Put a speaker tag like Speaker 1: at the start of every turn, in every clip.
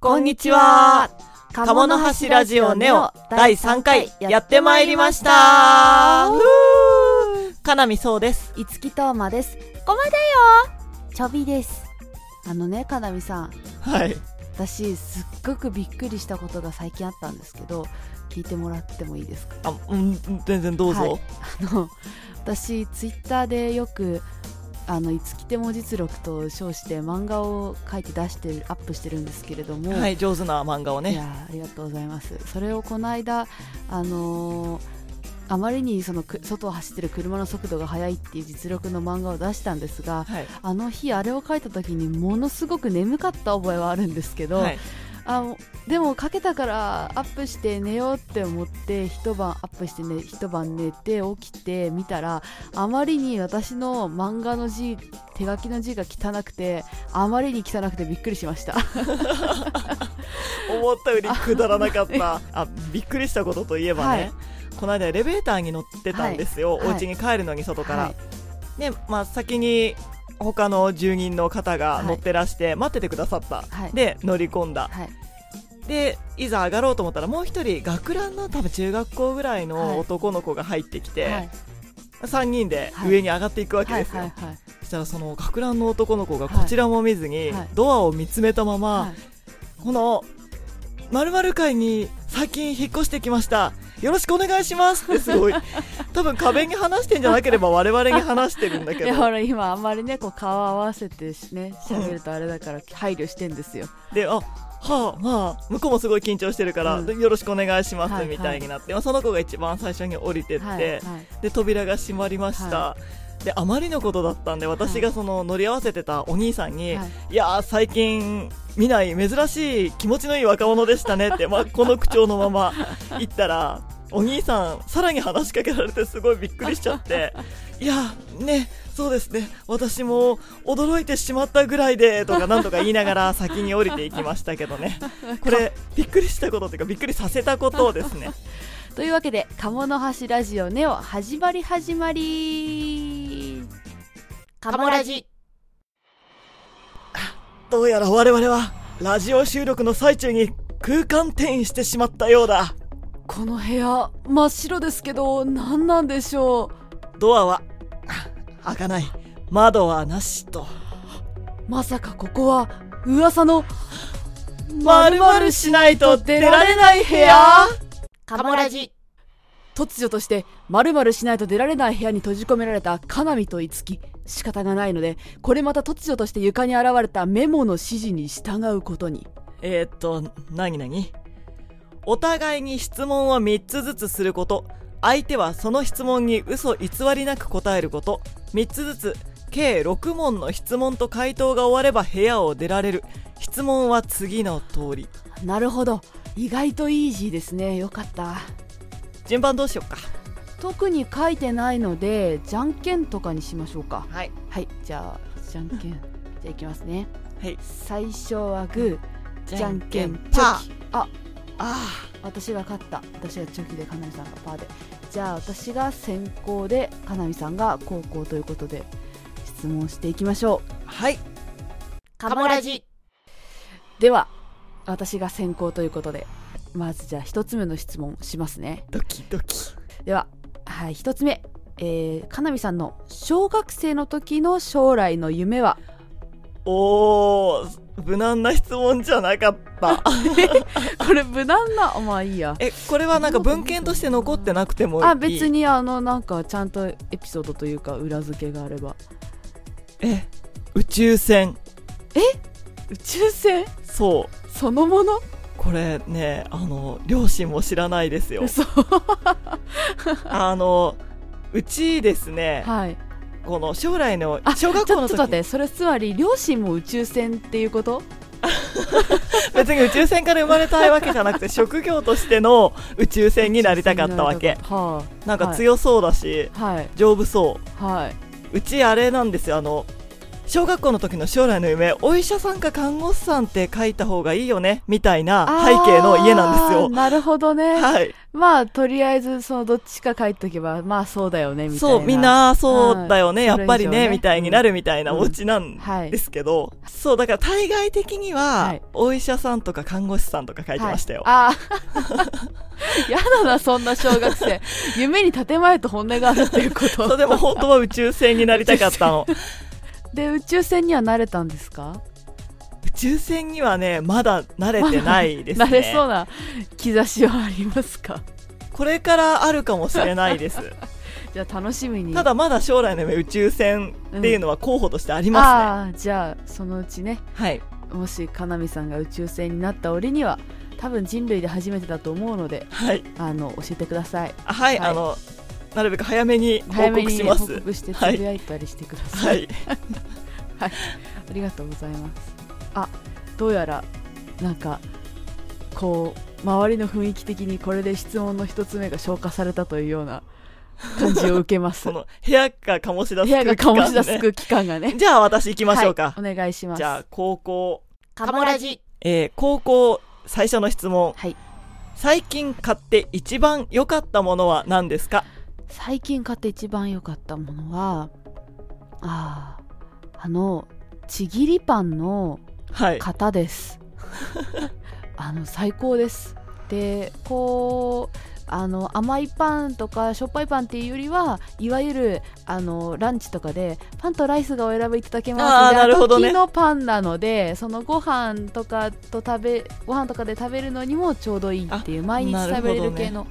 Speaker 1: こんにちは。鴨の橋ラジオネオ第3回やってまいりました。ふうかなみそうです。
Speaker 2: いつきとうまです。ごまだよちょびです。あのね、かなみさん、
Speaker 1: はい。
Speaker 2: 私、すっごくびっくりしたことが最近あったんですけど、聞いてもらってもいいですか
Speaker 1: あ、うん、全然どう
Speaker 2: はい
Speaker 1: ぞ。
Speaker 2: あの、私、ツイッターでよく、あの、いつきても実録と称して漫画を書いて出してる、アップしてるんですけれども、
Speaker 1: はい、上手な漫画を
Speaker 2: い
Speaker 1: ね。
Speaker 2: やーありがとうございますそれをこの間あのーあまりにそのく外を走ってる車の速度が速いっていう実力の漫画を出したんですが
Speaker 1: はい。
Speaker 2: あの日あれを書いた時にものすごく眠かった覚えはあるんですけど、
Speaker 1: はい。
Speaker 2: あのでもかけたからアップして寝ようって思って一晩アップして、ね、一晩寝て起きて見たらあまりに私の漫画の字手書きの字が汚くてあまりに汚くてびっくりしました。
Speaker 1: 思ったよりくだらなか った。あ、びっくりしたことといえばね、
Speaker 2: はい
Speaker 1: この間エレベーターに乗ってたんですよ。
Speaker 2: はい
Speaker 1: お家に帰るのに外から。
Speaker 2: はい
Speaker 1: で、まあ先に他の住人の方が乗ってらして、待っててくださった。
Speaker 2: はい
Speaker 1: で、乗り込んだ。
Speaker 2: はい
Speaker 1: でいざ上がろうと思ったらもう一人学ランの多分中学校ぐらい
Speaker 2: はい
Speaker 1: の男の子が入ってきて、
Speaker 2: はい
Speaker 1: 3人で
Speaker 2: はい
Speaker 1: 上に上がっていくわけ
Speaker 2: はい
Speaker 1: ですよ、
Speaker 2: はいはい
Speaker 1: そしたらその学ランの男の子が
Speaker 2: はい
Speaker 1: こちらも見ずに、
Speaker 2: はい
Speaker 1: ドアを見つめたまま、
Speaker 2: はい
Speaker 1: この〇〇会に最近引っ越してきましたよろしくお願いしますってすご い多分壁に話してんじゃなければ我々に話してるんだけ
Speaker 2: いや
Speaker 1: ど
Speaker 2: ほら今あんまりねこう顔合わせてしね喋るとあれだから配慮してんですよ
Speaker 1: であはあまあ向こうもすごい緊張してるから、
Speaker 2: うん
Speaker 1: よろしくお願いしま
Speaker 2: はい
Speaker 1: す
Speaker 2: はい
Speaker 1: みたいになって、まあその子が一番最初に降りてって、
Speaker 2: はいはい
Speaker 1: で扉が閉まりました、
Speaker 2: は
Speaker 1: であまりのことだったんで私がその乗り合わせてたお兄さんに、
Speaker 2: はい
Speaker 1: い、やー最近見ない珍しい気持ちのいい若者でしたね って、まあ、この口調のまま言ったらお兄さんさらに話しかけられてすごいびっくりしちゃっていやーねそうですね私も驚いてしまったぐらいでとかなんとか言いながら先に降りていきましたけどねこれびっくりしたことというかびっくりさせたことをですね
Speaker 2: というわけで「鴨の橋ラジオネオ」始まり始まり
Speaker 1: 鴨ラジどうやら我々は、ラジオ収録の最中に空間転移してしまったようだ。
Speaker 2: この部屋真っ白ですけど何なんでしょ
Speaker 1: ドアは、開かない。窓はなしと。
Speaker 2: うまさかここは噂の
Speaker 1: まるまるしないと出られない部屋
Speaker 2: カモラジ突如としてまるしないと出られない部屋に閉じ込められたカナミとイツキ仕方がないのでこれまた突如として床に現れたメモの指示に従うことに
Speaker 1: えー、っと、なになにお互いに質問を3つずつすること。相手はその質問に嘘偽りなく答えること。3つずつ、計6問の質問と回答が終われば部屋を出られる。質問は次の通り。
Speaker 2: なるほど意外とイージーですねよかった
Speaker 1: 順番どうしよっか。
Speaker 2: 特に書いてないのでじゃんけんとかにしましょうか
Speaker 1: はい。
Speaker 2: はいじゃあ じゃんけんじゃあいきますね
Speaker 1: はい。
Speaker 2: 最初はグーじゃんけん
Speaker 1: パ
Speaker 2: チョ
Speaker 1: ー
Speaker 2: キあ
Speaker 1: あ
Speaker 2: 私が勝った私がチョキでかなみさんがパーでじゃあ私が先行でかなみさんが後攻ということで質問していきましょう
Speaker 1: あはい
Speaker 2: カモラジでは私が先行ということでまずじゃあ一つ目の質問しますね
Speaker 1: ドキドキ
Speaker 2: では、はい、一つ目、えー、かなみさんの小学生の時の将来の夢は
Speaker 1: おお無難な質問じゃなかった
Speaker 2: これ無難なまあいいや
Speaker 1: えこれはなんか文献として残ってなくてもいい
Speaker 2: あ別にあのなんかちゃんとエピソードというか裏付けがあれば
Speaker 1: え宇宙船
Speaker 2: 宇宙船
Speaker 1: そう
Speaker 2: そのもの
Speaker 1: これねあの両親も知らないですよ
Speaker 2: 嘘
Speaker 1: あのうちですね
Speaker 2: はい
Speaker 1: この将来の
Speaker 2: あ
Speaker 1: 小学校の
Speaker 2: ちょちょっと待っ
Speaker 1: 時
Speaker 2: てそれつまり両親も宇宙船っていうこと
Speaker 1: 別に宇宙船から生まれたいわけじゃなく て職業としての宇宙船になりたかったわけ
Speaker 2: は
Speaker 1: なんか強そうだし、
Speaker 2: あはい
Speaker 1: 丈夫そう
Speaker 2: はいう
Speaker 1: ちあれなんですよあの小学校の時の将来の夢お医者さんか看護師さんって書いた方がいいよねみたいな背景の家なんです
Speaker 2: あー
Speaker 1: よ。
Speaker 2: なるほどね。
Speaker 1: はい、
Speaker 2: まあ、とりあえず、その、どっちか書いとけば、まあ、そうだよね、みたいな。
Speaker 1: そうみん。なそうだよね、
Speaker 2: うん
Speaker 1: やっぱり
Speaker 2: それ以
Speaker 1: ね
Speaker 2: 上ね
Speaker 1: みたいになるみたいな
Speaker 2: うん
Speaker 1: お家なん
Speaker 2: はい
Speaker 1: で。すけど、そうだから対外的には、
Speaker 2: はい
Speaker 1: お医者さんとか看護師さんとか書いてましたよ。
Speaker 2: はい、ああ。 やだな、そんな小学 生。夢に建前と本音があるっていうこ
Speaker 1: そう
Speaker 2: と。
Speaker 1: でも本当は宇宙船になりたかった の
Speaker 2: で、宇宙船には慣れたんですか
Speaker 1: 宇宙船にはねまだ慣れてないですね
Speaker 2: 慣れそうな兆しはありますか
Speaker 1: これからあるかもしれないです
Speaker 2: じゃあ、楽しみに。
Speaker 1: ただまだ将来の夢宇宙船っていうのは候補としてありますね、
Speaker 2: ああ、じゃあ、そのうちね、
Speaker 1: はい
Speaker 2: もし、かなみさんが宇宙船になった折には、多分人類で初めてだと思うので、
Speaker 1: はい
Speaker 2: あの、教えてください。
Speaker 1: あはい、
Speaker 2: はい
Speaker 1: あのなるべく早めに報
Speaker 2: 早め
Speaker 1: 告
Speaker 2: に
Speaker 1: し
Speaker 2: 報
Speaker 1: ま
Speaker 2: 告
Speaker 1: す
Speaker 2: してつぶやいたりしてくださ、
Speaker 1: はいい
Speaker 2: ありがとうございますあどうやらなんかこう周りの雰囲気的にこれで質問の一つ目が消化されたというような感じを受けま す
Speaker 1: その部屋が醸し出
Speaker 2: 部
Speaker 1: す
Speaker 2: 屋
Speaker 1: 空
Speaker 2: が
Speaker 1: 気
Speaker 2: 醸
Speaker 1: 感
Speaker 2: し出す
Speaker 1: ね
Speaker 2: 空気感がね
Speaker 1: じゃあ私行きましょうか、
Speaker 2: はいお願いします
Speaker 1: じゃあ高校、
Speaker 2: カ
Speaker 1: モラ
Speaker 2: ジ
Speaker 1: えー高校最初の質問
Speaker 2: はい
Speaker 1: 最近買って一番良かったものは何ですか
Speaker 2: 最近買って一番良かったものはあーあのちぎりパンの
Speaker 1: はい
Speaker 2: 型です。 あの最高です。でこうあの甘いパンとかしょっぱいパンっていうよりはいわゆるあのランチとかでパンとライスがお選びいただけます
Speaker 1: あー
Speaker 2: みたい
Speaker 1: なるほどね
Speaker 2: 時のパンなのでそのご飯とかと食べご飯とかで食べるのにもちょうどいいっていう毎日食べれる系の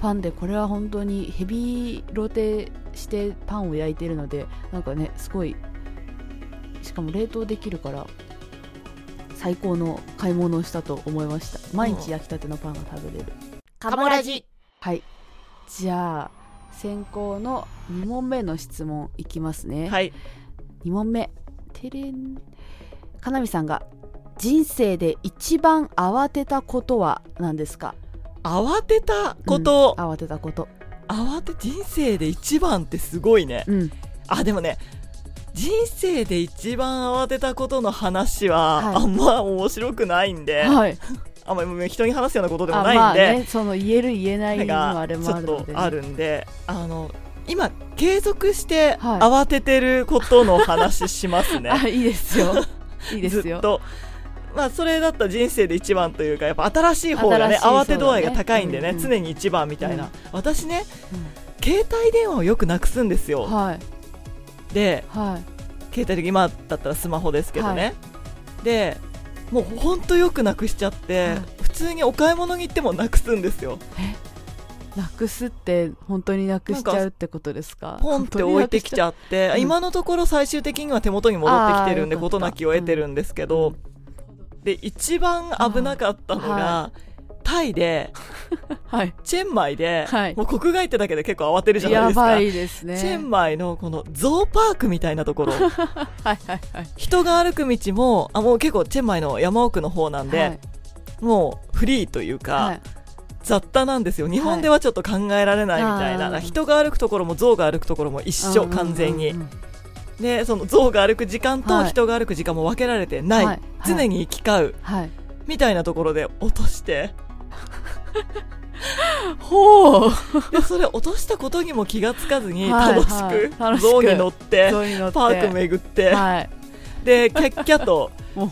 Speaker 2: パンで、これは本当にヘビーロテしてパンを焼いてるのでなんかねすごいしかも冷凍できるから最高の買い物をしたと思いました毎日焼きたてのパンが食べれる、
Speaker 1: カモラジ
Speaker 2: はいじゃあ先行の2問目の質問いきますね、
Speaker 1: はい
Speaker 2: 2問目てれんかなみさんが人生で一番慌てたことは何ですか
Speaker 1: 慌てたこと、
Speaker 2: 慌てたこと
Speaker 1: 慌て人生で一番ってすごいね
Speaker 2: うん
Speaker 1: あでもね人生で一番慌てたことの話
Speaker 2: はい
Speaker 1: はあんま面白くないんで、
Speaker 2: はい
Speaker 1: あんまり人に話すようなことでも
Speaker 2: あ
Speaker 1: ない
Speaker 2: ま
Speaker 1: ん
Speaker 2: あ
Speaker 1: で、
Speaker 2: ねその言える言えないのもあ
Speaker 1: が
Speaker 2: れ
Speaker 1: ち
Speaker 2: も
Speaker 1: ょ
Speaker 2: あ
Speaker 1: っ
Speaker 2: るの
Speaker 1: と
Speaker 2: でね、
Speaker 1: あるんで、あの今継続して
Speaker 2: はい
Speaker 1: 慌ててることの話しますね。
Speaker 2: あいいで すよいいですよ
Speaker 1: ずっと。まあそれだったら人生で一番というかやっぱ新しい方がね
Speaker 2: 新しいそうだね
Speaker 1: 慌て度合いが高いんでね、
Speaker 2: うんうん
Speaker 1: 常に一番みたいな、
Speaker 2: うん
Speaker 1: 私ね携帯電話をよくなくすんです
Speaker 2: うん
Speaker 1: よ
Speaker 2: はい
Speaker 1: で
Speaker 2: はい
Speaker 1: 携帯で今だったらスマホですけどね、
Speaker 2: は
Speaker 1: でもうほんとよくなくしちゃって、
Speaker 2: はい
Speaker 1: 普通にお買い物に行ってもなくすんですよ
Speaker 2: なくすって本当になくしちゃうってことですか
Speaker 1: ポンって置いてきち
Speaker 2: ゃ
Speaker 1: ゃって、
Speaker 2: うん
Speaker 1: 今のところ最終的には手元に戻ってきてるんで
Speaker 2: あーよかった
Speaker 1: 事なきを得てるんですけど、で一番危なかったのが、
Speaker 2: は
Speaker 1: タイで
Speaker 2: はい
Speaker 1: チェンマイで、
Speaker 2: はい
Speaker 1: もう国外ってだけで結構慌てるじゃない
Speaker 2: や
Speaker 1: ですか。
Speaker 2: ばいですね
Speaker 1: チェンマイのこのゾウパークみたいなとこ ろ
Speaker 2: はいはいはい
Speaker 1: 人が歩く道もあもう結構チェンマイの山奥の方なんで、
Speaker 2: はい
Speaker 1: もうフリーというか、
Speaker 2: はい
Speaker 1: 雑多なんですよ日本ではちょっと考えられないみたいな、
Speaker 2: はいあー
Speaker 1: 人が歩くところも象が歩くところも一緒、
Speaker 2: うん
Speaker 1: 完全に
Speaker 2: うんうん
Speaker 1: でその象が歩く時間と
Speaker 2: はい
Speaker 1: 人が歩く時間も分けられてない、
Speaker 2: はい
Speaker 1: 常に行き交う
Speaker 2: はい
Speaker 1: みたいなところで落と して
Speaker 2: ほう
Speaker 1: でそれ落としたことにも気がつかずに
Speaker 2: はい
Speaker 1: 楽しく、
Speaker 2: はい楽しく
Speaker 1: 象に乗って
Speaker 2: そういうのって
Speaker 1: パーク巡って、
Speaker 2: はい
Speaker 1: でキャッキャと
Speaker 2: もう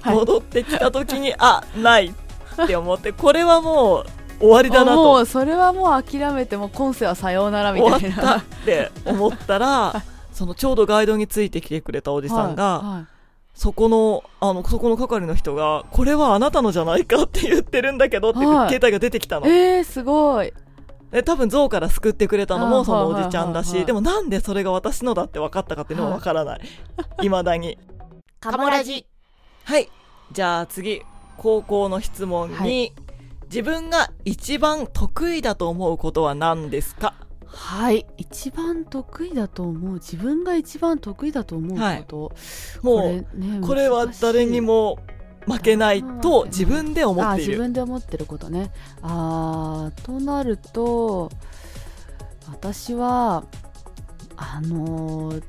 Speaker 2: はい
Speaker 1: 戻ってきた時に、あないって思ってこれはもう終わりだな
Speaker 2: あも
Speaker 1: と
Speaker 2: うそれはもう諦めてもう今世はさようならみ
Speaker 1: 終わ
Speaker 2: た
Speaker 1: っ
Speaker 2: いな
Speaker 1: たって思った らそのちょうどガイドについてきてくれたおじさんが、
Speaker 2: はい
Speaker 1: そこの、あの、そこの係の人が、これはあなたのじゃないかって言ってるんだけどって、
Speaker 2: はい
Speaker 1: 携帯が出てきた
Speaker 2: は
Speaker 1: の
Speaker 2: い。えー、すごい
Speaker 1: で、多分象から救ってくれたの
Speaker 2: あー
Speaker 1: もそのおじちゃんだ
Speaker 2: はいはいはいは
Speaker 1: し、
Speaker 2: い
Speaker 1: でもなんでそれが私のだって分かったかっていうのも分から ない。未だに。
Speaker 2: カモラジ
Speaker 1: はい。じゃあ次、高校の質問に、
Speaker 2: はい
Speaker 1: 自分が一番得意だと思うことは何ですか
Speaker 2: はい一番得意だと思う自分が一番得意だと思うこと、
Speaker 1: もう、
Speaker 2: これ,、ね、
Speaker 1: これは誰にも負けないと
Speaker 2: 難しい
Speaker 1: 自分で思
Speaker 2: あ
Speaker 1: ってい
Speaker 2: 自
Speaker 1: る。
Speaker 2: 分で思ってることねあーとなると私はあのー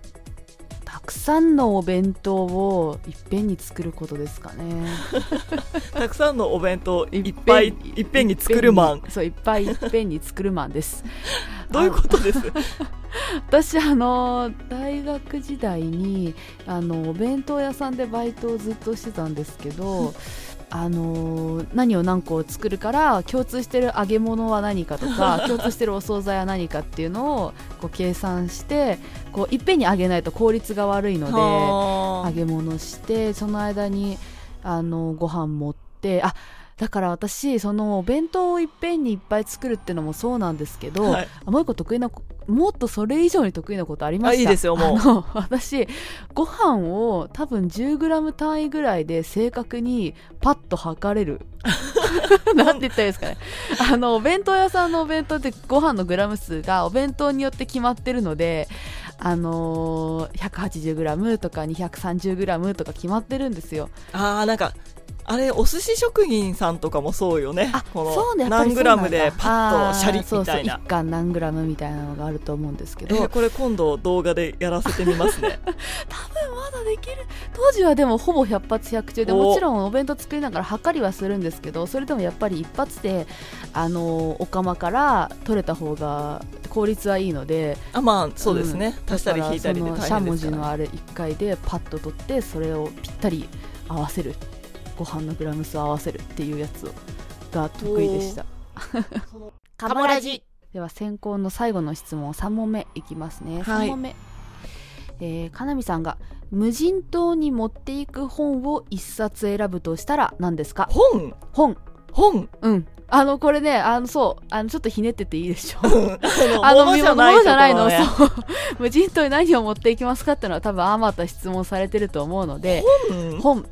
Speaker 2: たくくさんのお弁当をいっぺんに作ることで すかね
Speaker 1: たくさんのお弁当いっぱいいっぺんに作るマン
Speaker 2: いっぺんにそういっぱいいっぺんに作るマンです
Speaker 1: どういうことです
Speaker 2: 私あの大学時代にあのお弁当屋さんでバイトをずっとしてたんですけどあの何を何個作るから共通してる揚げ物は何かと か共通してるお惣菜は何かっていうのをこう計算してこういっぺんに揚げないと効率が悪いので揚
Speaker 1: は
Speaker 2: げ物してその間にあのご飯持ってあだから私そのお弁当をいっぺんにいっぱい作るってのもそうなんですけ
Speaker 1: あ
Speaker 2: ど、
Speaker 1: はい
Speaker 2: あもう一個得意なこもっとそれ以上に得意なことありました
Speaker 1: あいいですよもう
Speaker 2: あの 私ご飯を多分 10g 単位ぐらいで正確にパッと測 れるなんて言ったらいいですかねあのお弁当屋さんのお弁当ってご飯のグラム数がお弁当によって決まってるのであのー 180g とか 230g とか決まってるんですよ
Speaker 1: あーなんかあれお寿司職人さんとかもそうよね
Speaker 2: あ
Speaker 1: この
Speaker 2: そうねやっぱ
Speaker 1: 何
Speaker 2: りそう
Speaker 1: グ
Speaker 2: な
Speaker 1: ラ
Speaker 2: んだ
Speaker 1: ムでパッとシャリ
Speaker 2: あーそう
Speaker 1: み
Speaker 2: そう
Speaker 1: たいな
Speaker 2: 一貫何グラムみたいなのがあると思うんですけ
Speaker 1: え
Speaker 2: ど、
Speaker 1: ーこれ今度動画でやらせてみます ね
Speaker 2: まだできる当時はでもほぼ百発百中で
Speaker 1: お
Speaker 2: もちろんお弁当作りながら測りはするんですけどそれでもやっぱり一発であのお釜から取れた方が効率はいいので
Speaker 1: あまあそうですね、
Speaker 2: だ
Speaker 1: 足した
Speaker 2: か
Speaker 1: り
Speaker 2: ら
Speaker 1: 引いたりで
Speaker 2: その
Speaker 1: 大
Speaker 2: しゃ
Speaker 1: 変で
Speaker 2: も
Speaker 1: す
Speaker 2: じ
Speaker 1: から
Speaker 2: のあれ1回でパッと取ってそれをぴったり合わせるご飯のグラム数を合わせるっていうやつをが得意でした
Speaker 3: カモラジ
Speaker 2: では先行の最後の質問3問目いきますね、
Speaker 1: はい
Speaker 2: 3問目、えー、かなみさんが無人島に持っていく本を一冊選ぶとしたら何ですか
Speaker 1: 本
Speaker 2: 本
Speaker 1: 本
Speaker 2: うんあのこれねあのそうあのちょっとひねってていいでしょ
Speaker 1: あ
Speaker 2: あ
Speaker 1: の
Speaker 2: の
Speaker 1: 物じゃ
Speaker 2: も
Speaker 1: ない
Speaker 2: のじゃない
Speaker 1: と
Speaker 2: の
Speaker 1: ころね
Speaker 2: そう 無人島に何を持っていきますかってのは多分あまた質問されてると思うので
Speaker 1: 本の
Speaker 2: 本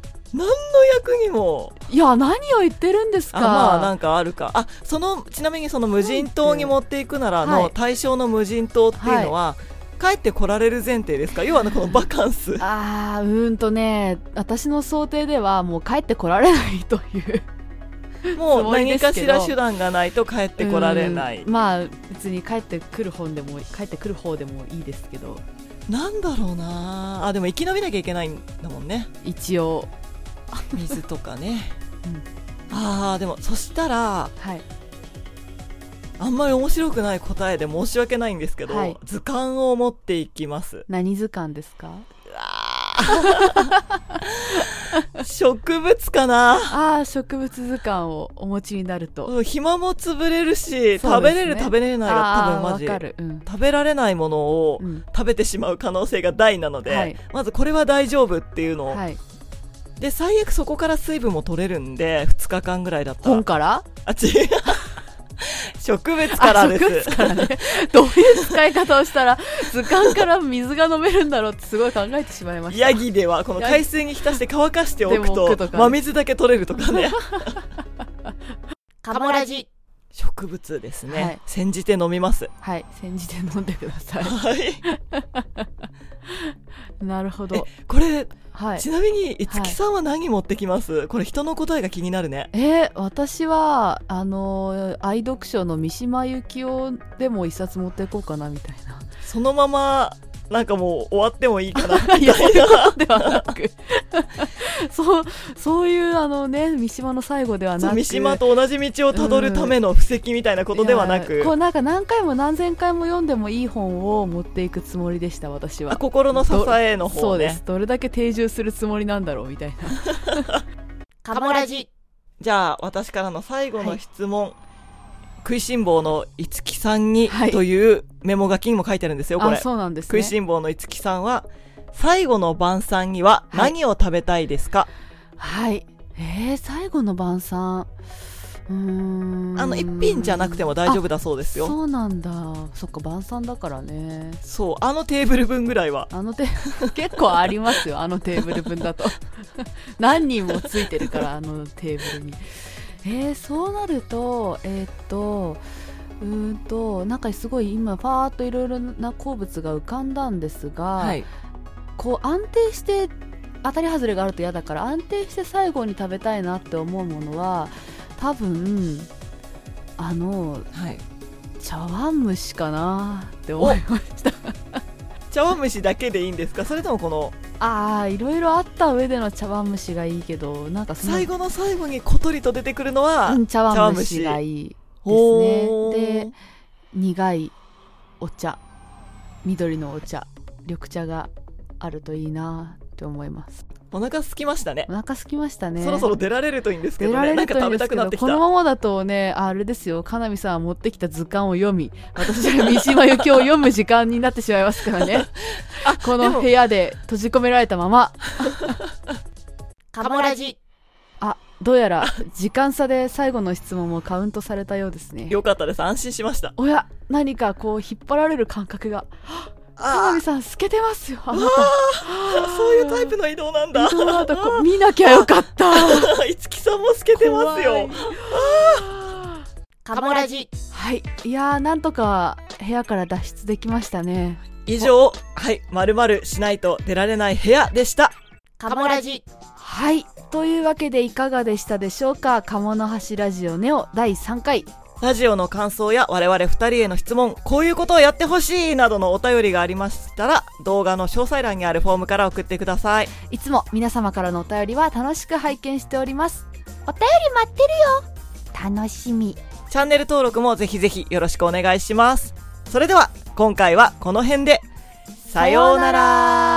Speaker 1: 役にも
Speaker 2: いや何を言ってるんですか
Speaker 1: あまあなんかあるかあそのちなみにその無人島に持っていくなら
Speaker 2: は
Speaker 1: の
Speaker 2: い
Speaker 1: 対象の無人島っていうのは、帰ってこられる前提ですか要はねこのバカンス
Speaker 2: あーうーんとね私の想定ではもう帰ってこられないというつ
Speaker 1: もう
Speaker 2: もりで
Speaker 1: 何
Speaker 2: すけど
Speaker 1: かしら手段がないと帰ってこられない
Speaker 2: うんまあ別に帰ってくる本でも帰ってくる方でもいいですけど
Speaker 1: なんだろうなあでも生き延びなきゃいけないんだもんね
Speaker 2: 一応
Speaker 1: 水とかね、
Speaker 2: うん
Speaker 1: ああでもそしたら
Speaker 2: はい
Speaker 1: あんまり面白くない答えで申し訳ないんですけど、
Speaker 2: はい
Speaker 1: 図鑑を持っていきます
Speaker 2: 何図鑑ですか
Speaker 1: 植物かな
Speaker 2: ああ植物図鑑をお持ちになると、
Speaker 1: うん暇も潰れるし、
Speaker 2: そう
Speaker 1: 食べ
Speaker 2: ですね
Speaker 1: れる食べれないが多
Speaker 2: あ
Speaker 1: 分
Speaker 2: あ
Speaker 1: マ
Speaker 2: わ
Speaker 1: ジ
Speaker 2: かるうん、
Speaker 1: 食べられないものを
Speaker 2: うん、
Speaker 1: 食べてしまう可能性が大なので、
Speaker 2: はい
Speaker 1: まずこれは大丈夫っていうのを、
Speaker 2: はい
Speaker 1: で最悪そこから水分も取れるんで2日間ぐらいだったら
Speaker 2: 本から
Speaker 1: あ違 う植物からです
Speaker 2: あ植物からね どういう使い方をしたら 図鑑から水が飲めるんだろうってすごい考えてしまいました
Speaker 1: ヤギではこの海水に浸して乾かしておく
Speaker 2: でも
Speaker 1: と
Speaker 2: 置くとかね
Speaker 1: 真水だけ取れるとか ね
Speaker 3: カモラジ
Speaker 1: 植物ですね、
Speaker 2: はい
Speaker 1: 煎じて飲みます
Speaker 2: はい煎じて飲んでくださ
Speaker 1: はい
Speaker 2: いなるほど
Speaker 1: これ、
Speaker 2: はい
Speaker 1: ちなみに五木さんは何持ってきますこれ人の答えが気になるね
Speaker 2: えー私はあのー愛読書の三島由紀夫でも一冊持っていこうかなみたい な
Speaker 1: そのままなんかもう終わってもいいかな
Speaker 2: いやそういうことではなく そうそういうあのね三島の最後ではなく
Speaker 1: 三島と同じ道をたどるための布石みたいなことではないく
Speaker 2: やこうなんか何回も何千回も読んでもいい本を持っていくつもりでした私
Speaker 1: あ
Speaker 2: は
Speaker 1: 心の支えの
Speaker 2: そ
Speaker 1: 方
Speaker 2: うで
Speaker 1: ね
Speaker 2: すどれだけ定住するつもりなんだろうみたいな
Speaker 3: カモラジ
Speaker 1: じゃあ私からの最後
Speaker 2: は
Speaker 1: の
Speaker 2: い
Speaker 1: 質問、食いしん坊の五木さんに
Speaker 2: はい
Speaker 1: というメモ書きにも書いてあるんですよこ
Speaker 2: あ
Speaker 1: れ
Speaker 2: そうなんです
Speaker 1: 食
Speaker 2: ね
Speaker 1: いしん坊の五木さんは最後の晩餐には何を食べたいですか、
Speaker 2: はいえー、最後の晩餐うーん
Speaker 1: あの一品じゃなくても大丈夫だそうですよ
Speaker 2: そうなんだそっか晩餐だからね
Speaker 1: そうあのテーブル分ぐらいは
Speaker 2: あのテ 結構ありますよあのテーブル分だと 何人もついてるからあのテーブルにえー、そうなるとえーっとうーんとなんかすごい今ファーっといろいろな好物が浮かんだんですが、
Speaker 1: はい
Speaker 2: こう安定して当たり外れがあると嫌だから安定して最後に食べたいなって思うものは多分あの
Speaker 1: はい
Speaker 2: 茶碗蒸しかなって思いました
Speaker 1: 茶茶碗蒸しだけでいいんですかそれともこの
Speaker 2: ああいろいろあった上での茶碗蒸しがいいけどなんかその
Speaker 1: 最後の最後に小鳥と出てくるのは、
Speaker 2: うん茶
Speaker 1: 茶
Speaker 2: 碗
Speaker 1: 碗蒸
Speaker 2: 蒸
Speaker 1: し
Speaker 2: しがいい
Speaker 1: ほー
Speaker 2: ですねで苦いお茶緑のお茶緑茶があるといいなって思います
Speaker 1: お腹空きましたね
Speaker 2: お腹空きましたね
Speaker 1: そろそろ出られるといいんですけ
Speaker 2: 出
Speaker 1: ど
Speaker 2: ら
Speaker 1: ね
Speaker 2: れ
Speaker 1: なん
Speaker 2: る
Speaker 1: か
Speaker 2: といい
Speaker 1: 食
Speaker 2: ん
Speaker 1: べ
Speaker 2: で
Speaker 1: た
Speaker 2: す
Speaker 1: く
Speaker 2: け
Speaker 1: な
Speaker 2: ど
Speaker 1: ってき
Speaker 2: こ
Speaker 1: た
Speaker 2: のままだとねあれですよかなみさんは持ってきた図鑑を読み私は三島由紀夫を読む時間になってしまいますから ねこ
Speaker 1: で
Speaker 2: の
Speaker 1: も
Speaker 2: 部屋で閉じ込められた まま
Speaker 3: カモラジ
Speaker 2: あどうやら時間差で最後の質問もカウントされたようですね
Speaker 1: よかったです安心しました
Speaker 2: おや何かこう引っ張られる感覚がかな
Speaker 1: あ
Speaker 2: みさん透けてますよあな
Speaker 1: あそういうタイプの移動なんだ
Speaker 2: た その後こう見なきゃよかった
Speaker 1: 五木さんも透けてます
Speaker 2: 怖
Speaker 1: よ
Speaker 2: い
Speaker 3: カモラジ
Speaker 2: はいいやーなんとか部屋から脱出できましたね
Speaker 1: 以上はいまるまるしないと出られない部屋でした
Speaker 3: カモラジ
Speaker 2: はいというわけでいかがでしたでしょうか「鴨の橋ラジオネオ」第3回
Speaker 1: ラジオの感想や我々二人への質問、こういうことをやってほしいなどのお便りがありましたら、動画の詳細欄にあるフォームから送ってください。
Speaker 2: いつも皆様からのお便りは楽しく拝見しております
Speaker 3: お便り待ってるよ楽しみ
Speaker 1: チャンネル登録もぜひぜひよろしくお願いします。それでは、今回はこの辺で、さようなら。